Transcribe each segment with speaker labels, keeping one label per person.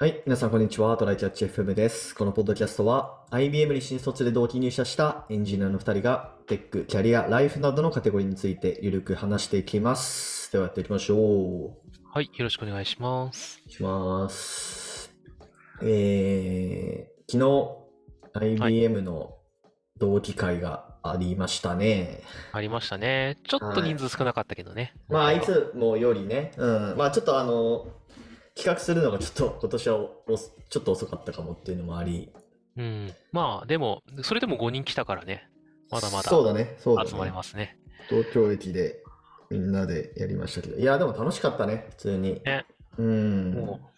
Speaker 1: はい。皆さん、こんにちは。トライキャッチ FM です。このポッドキャストは、IBM に新卒で同期入社したエンジニアの2人が、テック、キャリア、ライフなどのカテゴリーについて、ゆるく話していきます。では、やっていきましょう。
Speaker 2: はい。よろしくお願いします。
Speaker 1: します。えー、昨日、IBM の同期会が、ありましたね。
Speaker 2: ありましたね。ちょっと人数少なかったけどね。
Speaker 1: はい、まあ、いつもよりね。うん。まあ、ちょっとあの、企画するのがちょっと今年はちょっと遅かったかもっていうのもあり。
Speaker 2: うん。まあでも、それでも5人来たからね。まだまだ。
Speaker 1: そうだね。そうだ
Speaker 2: ね。集まれますね。
Speaker 1: 東京駅でみんなでやりましたけど。いや、でも楽しかったね、普通に。
Speaker 2: ね。
Speaker 1: うん。
Speaker 2: もう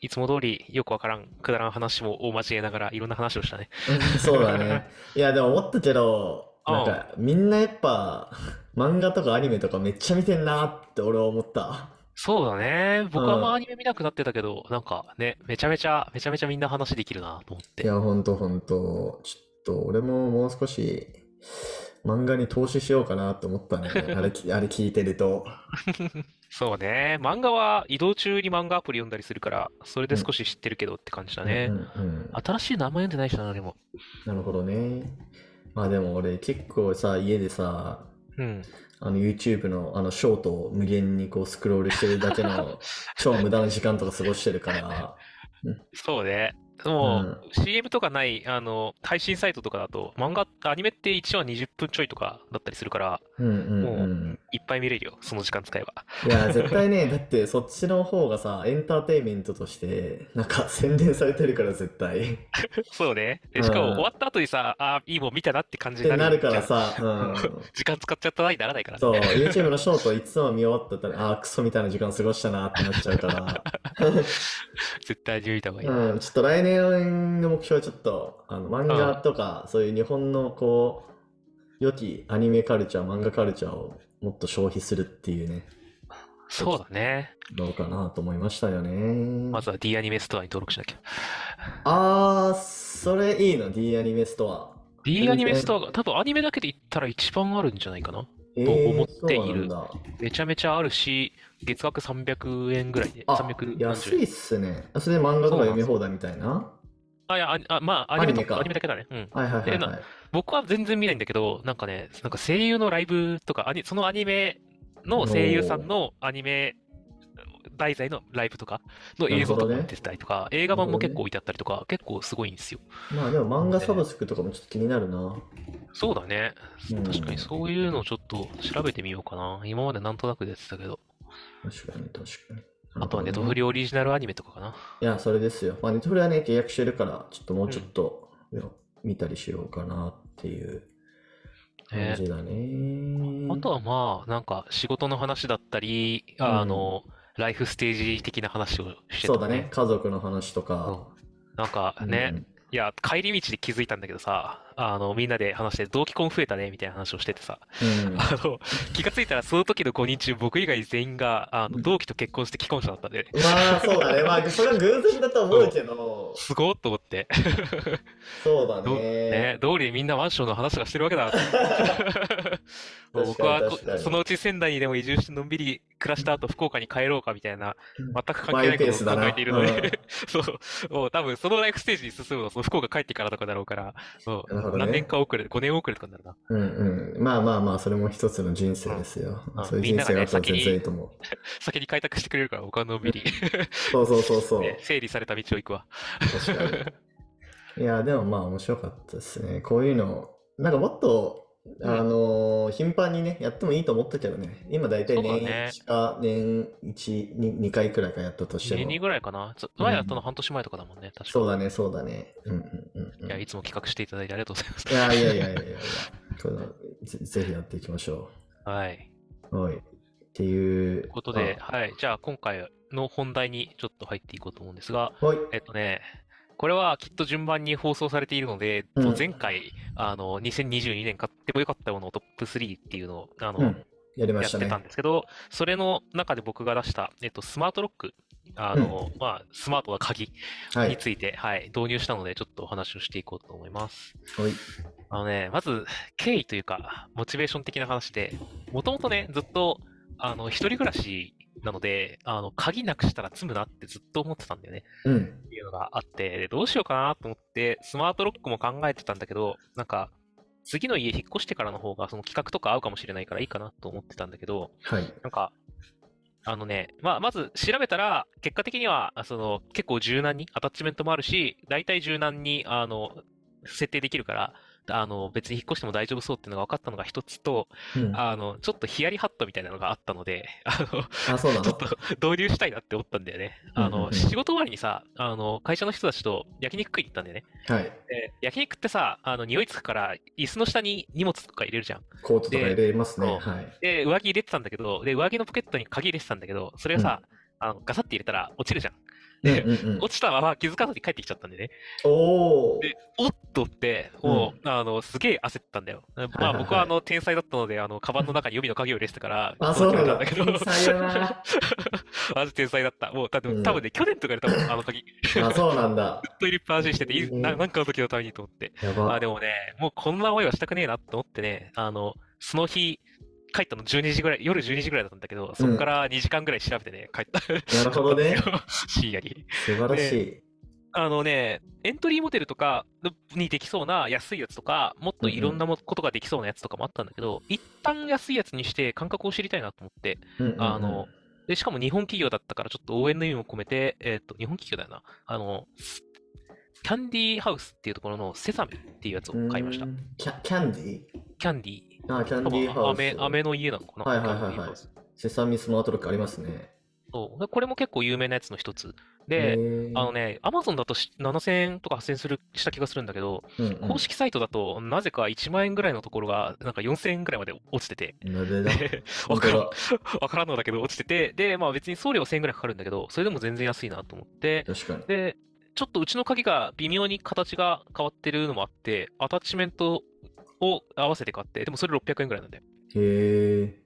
Speaker 2: いつも通りよくわからん、くだらん話も大間違えながらいろんな話をしたね。
Speaker 1: そうだね。いや、でも思ったけど、なんかみんなやっぱ漫画とかアニメとかめっちゃ見てんなって俺は思った。
Speaker 2: そうだね。僕はまあアニメ見なくなってたけど、うん、なんかね、めちゃめちゃ、めちゃめちゃみんな話できるなと思って。
Speaker 1: いや、ほんとほんと。ちょっと俺ももう少し漫画に投資しようかなと思ったね。あれ、あれ 聞いてると。
Speaker 2: そうね。漫画は移動中に漫画アプリ読んだりするから、それで少し知ってるけどって感じだね。
Speaker 1: うんうんうん、
Speaker 2: 新しい名前読んでないしな、でも。
Speaker 1: なるほどね。まあでも俺結構さ、家でさ、
Speaker 2: うん、
Speaker 1: あの YouTube のあのショートを無限にこうスクロールしてるだけの超無駄な時間とか過ごしてるから。
Speaker 2: そうね。もう、うん、CM とかないあの配信サイトとかだと漫画アニメって1話20分ちょいとかだったりするから、
Speaker 1: うんうんうん、も
Speaker 2: ういっぱい見れるよその時間使えば
Speaker 1: いや絶対ねだってそっちの方がさエンターテインメントとしてなんか宣伝されてるから絶対
Speaker 2: そうねでしかも終わった後にさ、うん、あいいもん見たなって感じに
Speaker 1: なるからさ、うん、
Speaker 2: 時間使っちゃったなにならないから、ね、
Speaker 1: そう YouTube のショートいつも見終わったらああクソみたいな時間過ごしたなってなっちゃうから
Speaker 2: 絶対に見た方がいい、
Speaker 1: うん、ちょっと来年の目標はちょっとあの漫画とかそういう日本のこう良きアニメカルチャー漫画カルチャーをもっと消費するっていうね
Speaker 2: そうだね
Speaker 1: どうかなと思いましたよね
Speaker 2: まずは D アニメストアに登録しなきゃ
Speaker 1: あーそれいいの D アニメストア
Speaker 2: D アニメストアが多分アニメだけで言ったら一番あるんじゃないかなと思っている、えー、めちゃめちゃあるし月額300円ぐらいで300
Speaker 1: 安いっすねそれで漫画とか読み放題みたいな
Speaker 2: あいやあまあアニメかアニメだけだねうん、
Speaker 1: はいはいはいはい、
Speaker 2: 僕は全然見ないんだけどなんかねなんか声優のライブとかアニそのアニメの声優さんのアニメ題材のライブとかの映像とか出てたりとか、ね、映画版も結構置いてあったりとか、ね、結構すごいんですよ。
Speaker 1: まあでも漫画サブスクとかもちょっと気になるな。
Speaker 2: そうだね、うん。確かにそういうのをちょっと調べてみようかな。今までなんとなく出てたけど。
Speaker 1: 確かに確かに。
Speaker 2: あとはネトフリオリジナルアニメとかかな。
Speaker 1: いや、それですよ。まあ、ネトフリはね、契約してるから、ちょっともうちょっと、うん、見たりしようかなっていう感じだね。ね
Speaker 2: あとはまあ、なんか仕事の話だったり、うん、あの、ライフステージ的な話をしてた、
Speaker 1: ね、そうだね家族の話とか、
Speaker 2: うん、なんかね、うん、いや帰り道で気づいたんだけどさあのみんなで話して同期婚増えたねみたいな話をしててさ、
Speaker 1: うん、
Speaker 2: あの気が付いたらその時の5人中僕以外全員があの同期と結婚して既婚者だったんで、ね、
Speaker 1: まあそうだねまあそれは偶然だと思うけど
Speaker 2: すごっと思って
Speaker 1: そうだね
Speaker 2: ね道理でみんなマンションの話がしてるわけ だ僕はそのうち仙台にでも移住してのんびり暮らした後福岡に帰ろうかみたいな全く関係ないことを考えているので、うん、 そうもう多分そのライフステージに進むのはその福岡帰ってからとかだろうからそう、ね、何年か遅れ5年遅れとかになるな
Speaker 1: うんうんまあまあまあそれも一つの人生ですよ、うん、そういう人生があったら全然いいと思う、ね、
Speaker 2: 先に開拓してくれるから僕はのんびり
Speaker 1: そうそうそうそう、
Speaker 2: ね、整理された道を行くわ
Speaker 1: 確かにいやでもまあ面白かったですねこういうのなんかもっとあのー、頻繁にね、やってもいいと思ったけどね、今大体年1か、年1、2, 2回くらいかやったとしても。
Speaker 2: 年2ぐらいかな。前やったの半年前とかだもんね、確か
Speaker 1: そうだね、そうだね。うんうんうん、
Speaker 2: いや、いつも企画していただいてありがとうございます。
Speaker 1: いやいやいやいやいやぜ、ぜひやっていきましょ
Speaker 2: う。はい。
Speaker 1: はい。っていう。という
Speaker 2: ことで、はい。じゃあ今回の本題にちょっと入っていこうと思うんですが、
Speaker 1: はい、
Speaker 2: えっとね、これはきっと順番に放送されているので、うん、前回、あの、2022年買ってもよかったものをトップ3っていうのを、あの、うん、
Speaker 1: やりました、ね、
Speaker 2: やってたんですけど、それの中で僕が出した、えっと、スマートロック、あの、うん、まあ、スマートな鍵について、はい、はい、導入したので、ちょっとお話をしていこうと思います。
Speaker 1: はい。
Speaker 2: あのね、まず、経緯というか、モチベーション的な話で、もともとね、ずっと、あの、一人暮らしなので、あの、鍵なくしたら積むなってずっと思ってたんだよね。
Speaker 1: うん。
Speaker 2: っていうのがあって、でどうしようかなと思って、スマートロックも考えてたんだけど、なんか、次の家引っ越してからの方が、その企画とか合うかもしれないからいいかなと思ってたんだけど、
Speaker 1: はい。
Speaker 2: なんか、あのね、まあ、まず調べたら、結果的には、あその、結構柔軟に、アタッチメントもあるし、大体柔軟に、あの、設定できるから、あの、別に引っ越しても大丈夫そうっていうのが分かったのが一つと、
Speaker 1: うん、あ
Speaker 2: あの、ちょっとヒヤリハットみたいなのがあったので、あの、
Speaker 1: そうな
Speaker 2: ち
Speaker 1: の
Speaker 2: ょっと導入したいなって思ったんだよね。
Speaker 1: うん
Speaker 2: あ
Speaker 1: うんう
Speaker 2: の、
Speaker 1: ん
Speaker 2: 仕事終わりにさ、あの、会社の人たちと焼肉食いに行ったんだよね。
Speaker 1: はい。
Speaker 2: で焼肉ってさ、あの、匂いつくから、椅子の下に荷物とか入れるじゃん。
Speaker 1: コートとか入れますね。
Speaker 2: で
Speaker 1: はい。
Speaker 2: で、上着入れてたんだけど、で、上着のポケットに鍵入れてたんだけど、それがさ、あのガサッて入れたら落ちるじゃん。で
Speaker 1: うんう んうん、
Speaker 2: 落ちたまま気づかずに帰ってきちゃったんでね。
Speaker 1: おお。
Speaker 2: で、おっとって、もう、あの、すげえ焦ったんだよ。
Speaker 1: はい
Speaker 2: ま
Speaker 1: はい
Speaker 2: あ、僕はあの、天才だったので、あの、カバンの中に予備の鍵を入れてたから、
Speaker 1: あ、そうなんだ。
Speaker 2: けど、
Speaker 1: さよなら。
Speaker 2: マジ天才だった。もう、だって
Speaker 1: うん
Speaker 2: 多分ね、去年とかで多分、あの鍵、
Speaker 1: あ、そうなんだ。
Speaker 2: ずっと入れっぱなしにしてて、いい
Speaker 1: うん
Speaker 2: ななんかの時のためにと思って。
Speaker 1: や
Speaker 2: ま
Speaker 1: ば。
Speaker 2: あでもね、もうこんな思いはしたくねえなと思ってね、あの、その日、帰ったの12時ぐらい、夜12時ぐらいだったんだけど、そこから2時間ぐらい調べてね、帰った。
Speaker 1: なるほどね。
Speaker 2: 深夜に。
Speaker 1: 素晴らしい。
Speaker 2: あのね、エントリーモデルとかにできそうな安いやつとか、もっといろんなもことができそうなやつとかもあったんだけど、一旦安いやつにして感覚を知りたいなと思って、
Speaker 1: うんうんうん
Speaker 2: あの、で、しかも日本企業だったから、ちょっと応援の意味も込めて、えっ、と、日本企業だよな。あの、キャンディーハウスっていうところのセサミっていうやつを買いました
Speaker 1: う。んキャキャンディ
Speaker 2: キャンディー。
Speaker 1: ーあ、キャンディー
Speaker 2: 多分
Speaker 1: ハウ
Speaker 2: 飴
Speaker 1: ス。
Speaker 2: 飴の家なのかな
Speaker 1: はいはいはいはい
Speaker 2: キャンディーハウス
Speaker 1: セサミスマートロックありますね。
Speaker 2: そうでこれも結構有名なやつの一つ。
Speaker 1: へ
Speaker 2: で、
Speaker 1: ー
Speaker 2: あの、ね、アマゾンだとし7000円とか8000円するした気がするんだけど、
Speaker 1: うんうん
Speaker 2: 公式サイトだとなぜか1万円ぐらいのところがなんか4000円ぐらいまで落ちてて、
Speaker 1: なぜだ 本
Speaker 2: わから
Speaker 1: 当
Speaker 2: ん
Speaker 1: だ。
Speaker 2: わからんのだけど落ちてて、で、まあ別に送料1000円ぐらいかかるんだけど、それでも全然安いなと思って、
Speaker 1: 確かに。
Speaker 2: で、ちょっとうちの鍵が微妙に形が変わってるのもあって、アタッチメントを合わせて買って、でもそれ600円ぐらいなんだよ。
Speaker 1: へえ。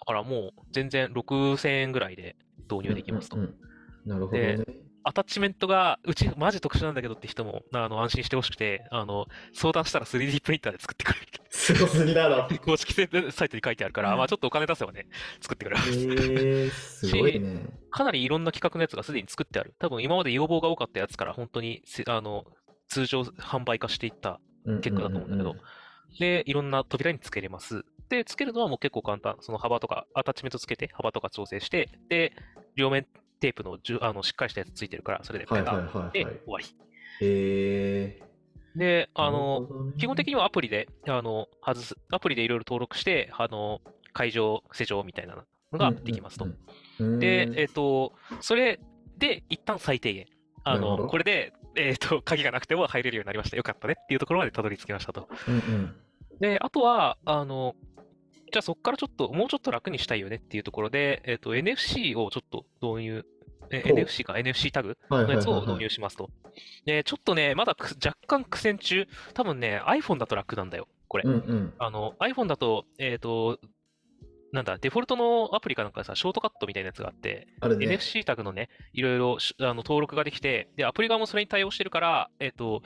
Speaker 2: だからもう全然6000円ぐらいで導入できますと
Speaker 1: うん。うんうんなるほどね。
Speaker 2: アタッチメントがうちマジ特殊なんだけどって人もあの安心してほしくてあの相談したら 3D プリンターで作ってくれるっ
Speaker 1: すごすぎだ ろ。
Speaker 2: て公式サイトに書いてあるから、まあ、ちょっとお金出せばね作ってくれます、
Speaker 1: へえ、すごいね。
Speaker 2: かなりいろんな企画のやつがすでに作ってある多分今まで要望が多かったやつから本当にせあの通常販売化していった結果だと思うんだけど、でいろんな扉につけれますでつけるのはもう結構簡単その幅とかアタッチメントつけて幅とか調整してで両面テープのじゅあのしっかりしたやつついてるからそれで
Speaker 1: は
Speaker 2: ペ
Speaker 1: いはい
Speaker 2: タ
Speaker 1: は
Speaker 2: で
Speaker 1: いは
Speaker 2: 終
Speaker 1: い。
Speaker 2: わり
Speaker 1: へえ。
Speaker 2: で、あの、基本的
Speaker 1: に。
Speaker 2: にはアプリで、あの、外す、アプリでいろいろ登録して、あの、会場、施錠みたいなのができますと。
Speaker 1: うんうんうん。
Speaker 2: で
Speaker 1: う、ん
Speaker 2: えっ、と、それで、一旦最低限。あ
Speaker 1: なるほ
Speaker 2: の、
Speaker 1: ど
Speaker 2: これで、えっ、と、鍵がなくても入れるようになりました。よかったねっていうところまでたどり着きましたと。
Speaker 1: うんうん
Speaker 2: で、あとは、あの、じゃあそこからちょっと、もうちょっと楽にしたいよねっていうところで、えっ、と、NFC をちょっと導入、え
Speaker 1: ほう
Speaker 2: NFC か、NFC タグ
Speaker 1: はいは
Speaker 2: の
Speaker 1: い
Speaker 2: や
Speaker 1: はい
Speaker 2: つを
Speaker 1: は
Speaker 2: 導
Speaker 1: い。
Speaker 2: 入しますと。で、ちょっとね、まだく若干苦戦中。多分ね、iPhone だと楽なんだよ、これ。
Speaker 1: うんうん。
Speaker 2: あの、iPhone だと、えっ、と、なんだ、デフォルトのアプリかなんかさ、ショートカットみたいなやつがあって、
Speaker 1: あるね。
Speaker 2: NFC タグのね、いろいろしあの登録ができて、で、アプリ側もそれに対応してるから、えっ、と、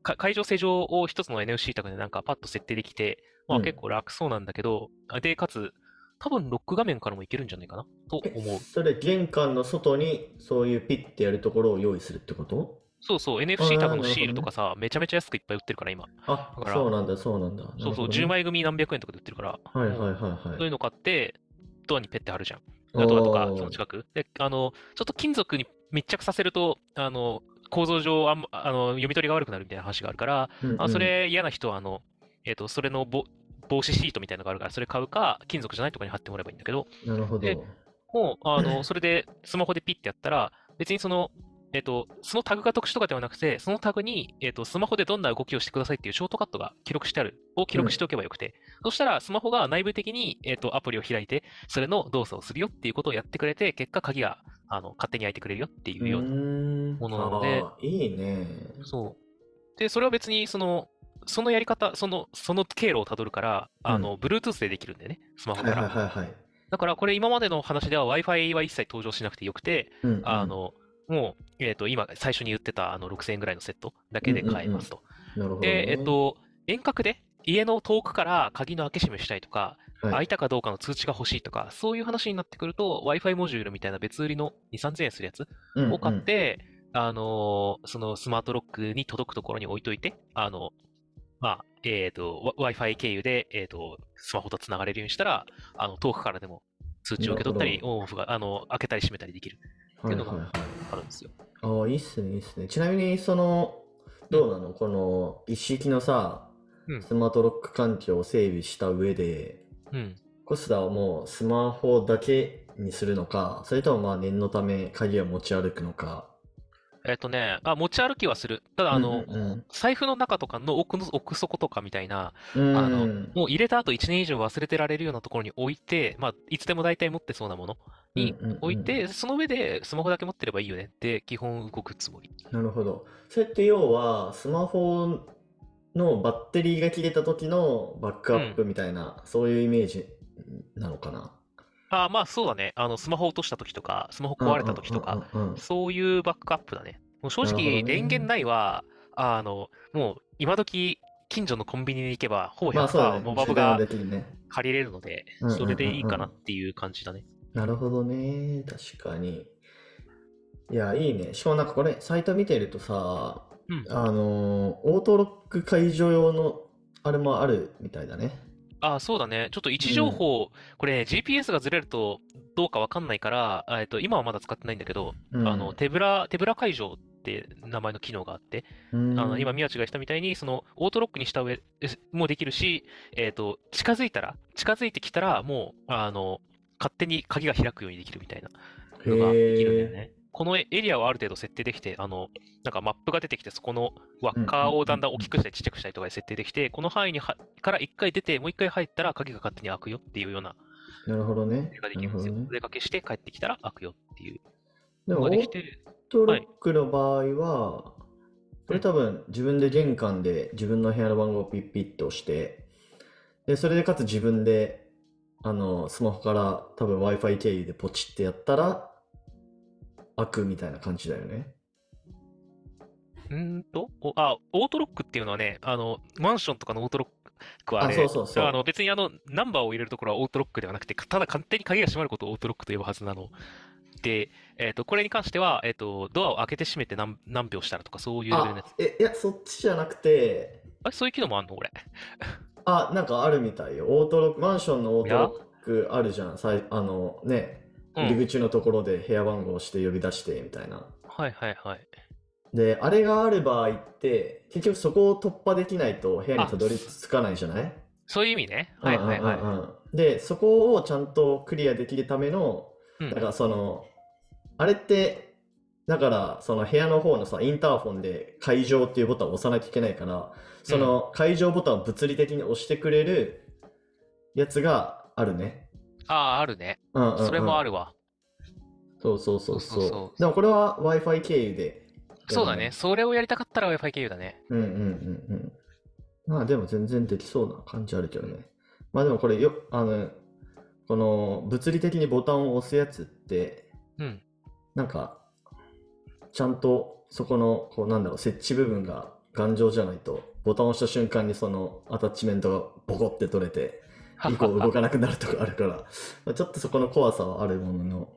Speaker 2: か会場施錠を一つの NFC タグでなんかパッと設定できて、まあ
Speaker 1: うん
Speaker 2: 結構楽そうなんだけど、で、かつ、多分ロック画面からもいけるんじゃないかなと
Speaker 1: え
Speaker 2: 思う。
Speaker 1: それ玄関の外にそういうピッてやるところを用意するってこと
Speaker 2: そうそう、
Speaker 1: あー
Speaker 2: NFC
Speaker 1: なる
Speaker 2: タグの
Speaker 1: ほどね
Speaker 2: シールとかさ、めちゃめちゃ安くいっぱい売ってるから、今。
Speaker 1: あ
Speaker 2: だから
Speaker 1: そうなんだそうなんだ
Speaker 2: そうそ
Speaker 1: なるほ
Speaker 2: う、10
Speaker 1: どね
Speaker 2: 枚組何百円とかで売ってるから、
Speaker 1: はいはい
Speaker 2: そう
Speaker 1: はいいう
Speaker 2: の買って、ドアにペッて貼るじゃん。
Speaker 1: はい
Speaker 2: ドアとか、
Speaker 1: おー
Speaker 2: その近く。で、あの、ちょっと金属に密着させると、あの、構造上あんま、あの、読み取りが悪くなるみたいな話があるから、
Speaker 1: うんうん
Speaker 2: あそれ嫌な人は、あの、えっと、それのぼ防止シートみたいなのがあるから、それ買うか、金属じゃないとこに貼ってもらえばいいんだけど、
Speaker 1: なるほど
Speaker 2: でもう、あの、それでスマホでピッてやったら、別にその、えっと、そのタグが特殊とかではなくて、そのタグに、えっと、スマホでどんな動きをしてくださいっていうショートカットが記録してある、を記録しておけばよくて、そしたらスマホが内部的に、えっと、アプリを開いて、それの動作をするよっていうことをやってくれて、結果、鍵が、あの、勝手に開いてくれるよっていうような。
Speaker 1: も
Speaker 2: ものなので
Speaker 1: いいね
Speaker 2: そう。で、それは別に、その、そのやり方、その、その経路をたどるから、あの、Bluetooth でできるんだよね、スマホ
Speaker 1: はい
Speaker 2: か
Speaker 1: はい
Speaker 2: ら。
Speaker 1: はいはい
Speaker 2: だから、これ今までの話では Wi-Fi は一切登場しなくてよくて、
Speaker 1: うんうん
Speaker 2: あの、もう、えっ、と、今、最初に言ってた、あの、6000円ぐらいのセットだけで買えますと。
Speaker 1: なるほどね
Speaker 2: で、えっ、と、遠隔で、家の遠くから鍵の開け閉めしたいとか、空、はい、いたかどうかの通知が欲しいとか、そういう話になってくると、Wi-Fi モジュールみたいな別売りの2、3000円するやつを買って、うんうん、あのー、そのスマートロックに届くところに置いといて、あの、まあ、えっ、ー、と、Wi-Fi 経由で、えっ、ー、と、スマホと繋がれるようにしたら、あの、遠くからでも通知を受け取ったり、オンオフが、あの、開けたり閉めたりできるっていうのがあるんですよ。
Speaker 1: はいはい、ああ、いいっすね、いいっすね。ちなみに、その、どうなのこの、一式のさ、スマートロック環境を整備した上で、
Speaker 2: うん、
Speaker 1: コスダはもうスマホだけにするのか、それともまあ念のため鍵を持ち歩くのか。
Speaker 2: えっ、ー、とね、あ持ち歩きはする。ただ、あの、うんうん、財布の中とかの奥の奥底とかみたいな、
Speaker 1: うん、
Speaker 2: あの、もう入れた後1年以上忘れてられるようなところに置いて、まあ、いつでも大体持ってそうなものに置いて、うんうんうん、その上でスマホだけ持ってればいいよねって、基本動くつもり。
Speaker 1: なるほど。それって要は、スマホのバッテリーが切れた時のバックアップみたいな、うん、そういうイメージなのかな
Speaker 2: あまあそうだねあのスマホ落とした時とかスマホ壊れた時とか、うんうん、そういうバックアップだねもう正直、ね、電源ないはあのもう今時近所のコンビニに行けばほぼ100%、まあね、モバブが借りれるので、ね、それでいいかなっていう感じだね、
Speaker 1: なるほどね確かにいやいいねしかもなんかこれサイト見てるとさ
Speaker 2: うん、
Speaker 1: あのオートロック解除用のあれもあるみたいだね。
Speaker 2: ああそうだね。ちょっと位置情報、うん、これ、ね、GPS がずれるとどうかわかんないから、えっと、今はまだ使ってないんだけど、うん、あの手ぶら手ぶら解除って名前の機能があって、あの今、宮地がしたみたいに、そのオートロックにした上もできるし、えっ、ー、と、近づいたら、近づいてきたら、もうあの勝手に鍵が開くようにできるみたいなのができるんだよね。このエリアをある程度設定できて、あの、なんかマップが出てきて、そこの輪っかをだんだん大きくしたり、ちっちゃくしたりとかで設定できて、この範囲にはから1回出て、もう1回入ったら鍵が勝手に開くよっていうような。
Speaker 1: なるほどね。
Speaker 2: ができるんですよ。お出かけして帰ってきたら開くよっていう。
Speaker 1: でも、できてオートロックの場合は、はい、これ多分自分で玄関で自分の部屋の番号をピッピッと押して、で、それでかつ自分で、あの、スマホから多分 Wi-Fi 経由でポチってやったら、開くみたいな感じだよね。
Speaker 2: うんとあ、オートロックっていうのはね、あの、マンションとかのオートロックはあれ、
Speaker 1: あそうそう
Speaker 2: あの別にあの、ナンバーを入れるところはオートロックではなくて、ただ勝手に鍵が閉まることをオートロックと呼ぶはずなの。で、えっ、ー、と、これに関しては、えっ、ー、と、ドアを開けて閉めて何何秒したらとか、そういうレベルのや
Speaker 1: え、いや、そっちじゃなくて。
Speaker 2: あそういう機能もあんの俺。
Speaker 1: あ、なんかあるみたいよ。オートロック、マンションのオートロックあるじゃん。さいあの、ね、入り口のところで部屋番号をして呼び出してみたいな。
Speaker 2: はいはいはい。
Speaker 1: で、あれがある場合って、結局そこを突破できないと部屋にたどり着かないじゃない
Speaker 2: そういう意味ね。はいはいはい、うんうん
Speaker 1: うん。で、そこをちゃんとクリアできるための、だからその、あれって、だからその部屋の方のさ、インターフォンで会場っていうボタンを押さなきゃいけないから、その会場ボタンを物理的に押してくれるやつがあるね。
Speaker 2: ああ、あるね、うんうんうん。それもあるわ。
Speaker 1: そうそうそうそう。そうでもこれは Wi-Fi 経由で、
Speaker 2: そうだね。それをやりたかったら Wi-Fi 経由だね。
Speaker 1: うんうんうんうん。まあでも全然できそうな感じあるけどね。まあでもこれよ、あの、この物理的にボタンを押すやつって、
Speaker 2: うん、
Speaker 1: なんか、ちゃんとそこの、こうなんだろう、設置部分が頑丈じゃないと、ボタンを押した瞬間にそのアタッチメントがボコって取れて、以降動かなくなるとかあるからまあちょっとそこの怖さはあるものの。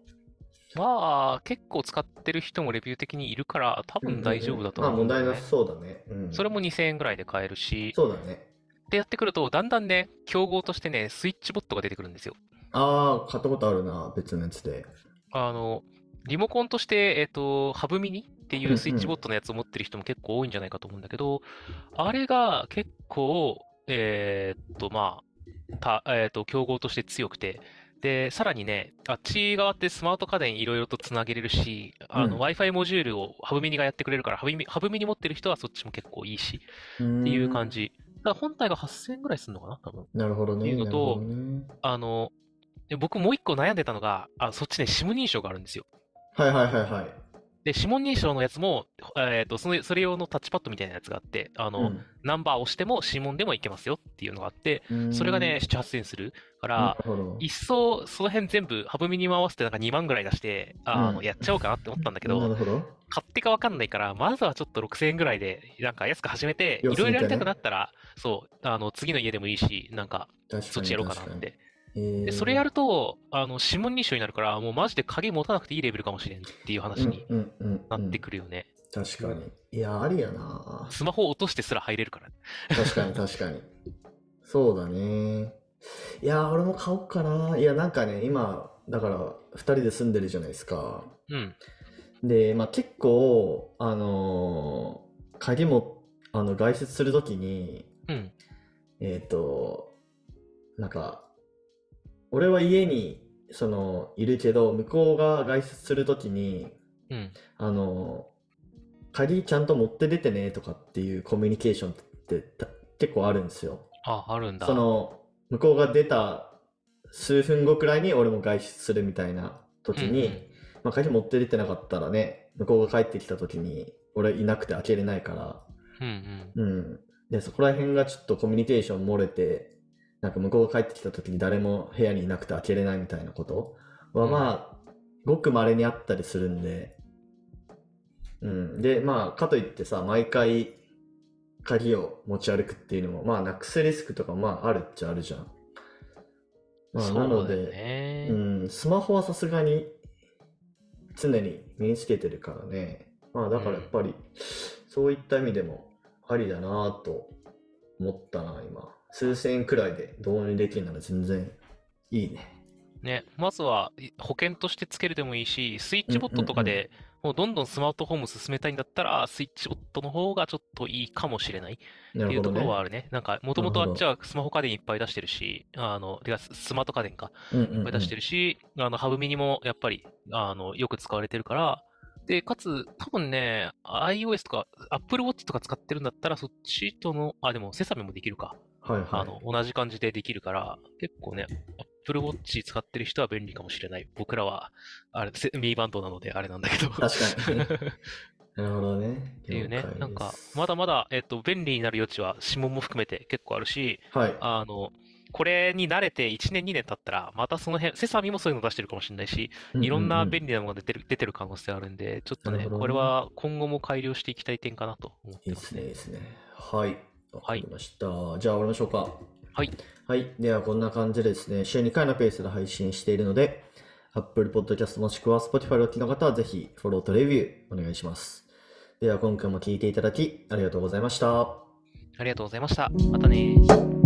Speaker 2: まあ、結構使ってる人もレビュー的にいるから、多分大丈夫だと
Speaker 1: 思う、ね、まあ、問題なさそうだね、うん、
Speaker 2: それも2000円ぐらいで買えるし。
Speaker 1: そうだね。
Speaker 2: ってやってくると、だんだんね、競合としてね、スイッチボットが出てくるんですよ。
Speaker 1: ああ、買ったことあるな、別のやつで。
Speaker 2: あの、リモコンとして、えっ、ー、と、ハブミニっていうスイッチボットのやつを持ってる人も結構多いんじゃないかと思うんだけど、うんうん、あれが結構、えー、っと、まあ、た、えっ、ー、と、競合として強くて、で、さらにね、あっち側ってスマート家電いろいろとつなげれるし、あの、うん、Wi-Fi モジュールをハブミニがやってくれるから、ハブミハブミニ持ってる人はそっちも結構いいし、っていう感じ。だから本体が8000円ぐらいするのかな、多分。
Speaker 1: なるほどね。
Speaker 2: っていうのと、
Speaker 1: ね、
Speaker 2: あの、僕もう一個悩んでたのが、あそっちね、SIM 認証があるんですよ。
Speaker 1: はいはいはいはい。
Speaker 2: で、指紋認証のやつも、えーと、とそのそれ用のタッチパッドみたいなやつがあって、あの、うん、ナンバーを押しても指紋でもいけますよっていうのがあって、それがね、7、8000円するから、一層その辺全部、ハブミニも合わせてなんか2万ぐらい出して、あの、うん、やっちゃおうかなって思ったんだけど、
Speaker 1: ど
Speaker 2: 買ってか分かんないから、まずはちょっと6000円ぐらいで、なんか安く始めて、いろいろやりたくなったら、そう、あの次の家でもいいし、なんか、そっちやろうかなってでそれやると、あの指紋認証になるから、もうマジで鍵持たなくていいレベルかもしれんっていう話になってくるよね。
Speaker 1: うんうんうん、確かに。いや、ありやな。
Speaker 2: スマホ落としてすら入れるから。
Speaker 1: 確かに、確かに。そうだね。いや、俺も買おうかな。いや、なんかね、今、だから、2人で住んでるじゃないですか。
Speaker 2: うん。
Speaker 1: で、まあ、結構、あのー、鍵もあの外出するときに、
Speaker 2: うん、
Speaker 1: えっ、ー、と、なんか、俺は家にそのいるけど向こうが外出するときに、
Speaker 2: うん、
Speaker 1: あの鍵ちゃんと持って出てねとかっていうコミュニケーションって結構あるんですよ。
Speaker 2: ああるんだ。
Speaker 1: その向こうが出た数分後くらいに俺も外出するみたいな時に、うんうん、まあ、鍵持って出てなかったらね向こうが帰ってきた時に俺いなくて開けれないから、
Speaker 2: うん
Speaker 1: うん、うん、でそこら辺がちょっとコミュニケーション漏れてなんか向こうが帰ってきた時に誰も部屋にいなくて開けれないみたいなことはまあ、ごく稀にあったりするんで、うん。で、まあ、かといってさ、毎回鍵を持ち歩くっていうのも、まあ、なくすリスクとかまあ、あるっちゃあるじゃん。まあ、なので、う,
Speaker 2: ね、
Speaker 1: うん、スマホはさすがに常に身につけてるからね。まあ、だからやっぱり、うん、そういった意味でもありだなと思ったな、今。数千円くらいで導入できるなら全然いいね。
Speaker 2: ね、まずは保険としてつけるでもいいし、スイッチボットとかで、もうどんどんスマートフォンを進めたいんだったら、スイッチボットの方がちょっといいかもしれないっていうところはあるね。るねなんか、もともとあっちはスマホ家電いっぱい出してるし、あの、てかスマート家電か、いっぱい出してるし、あの、ハブミニもやっぱり、あの、よく使われてるから、で、かつ、多分ね、iOS とか Apple Watch とか使ってるんだったら、そっちとの、あ、でもセサミもできるか。
Speaker 1: はいはい、あ
Speaker 2: の同じ感じでできるから、結構ね、Apple Watch 使ってる人は便利かもしれない。僕らは、あれ、ミーバンドなのであれなんだけど。
Speaker 1: 確かに。 なるほどね。
Speaker 2: っていうね、なんか、まだまだ、えっと、便利になる余地は指紋も含めて結構あるし、
Speaker 1: はい、
Speaker 2: あの、これに慣れて1年2年経ったら、またその辺、セサミもそういうの出してるかもしれないし、いろんな便利なものが出てる出てる可能性あるんで、ちょっとね、ねこれは今後も改良していきたい点かなと思ってます、
Speaker 1: ね、いいですね、いいですね。はい。わかりました。はい、じゃあ終わりましょうか。
Speaker 2: はい。
Speaker 1: はい。では、こんな感じでですね、週2回のペースで配信しているので、Apple Podcast もしくは Spotify をお聞きの方は、ぜひフォローとレビューお願いします。では、今回も聞いていただき、ありがとうございました。
Speaker 2: ありがとうございました。またね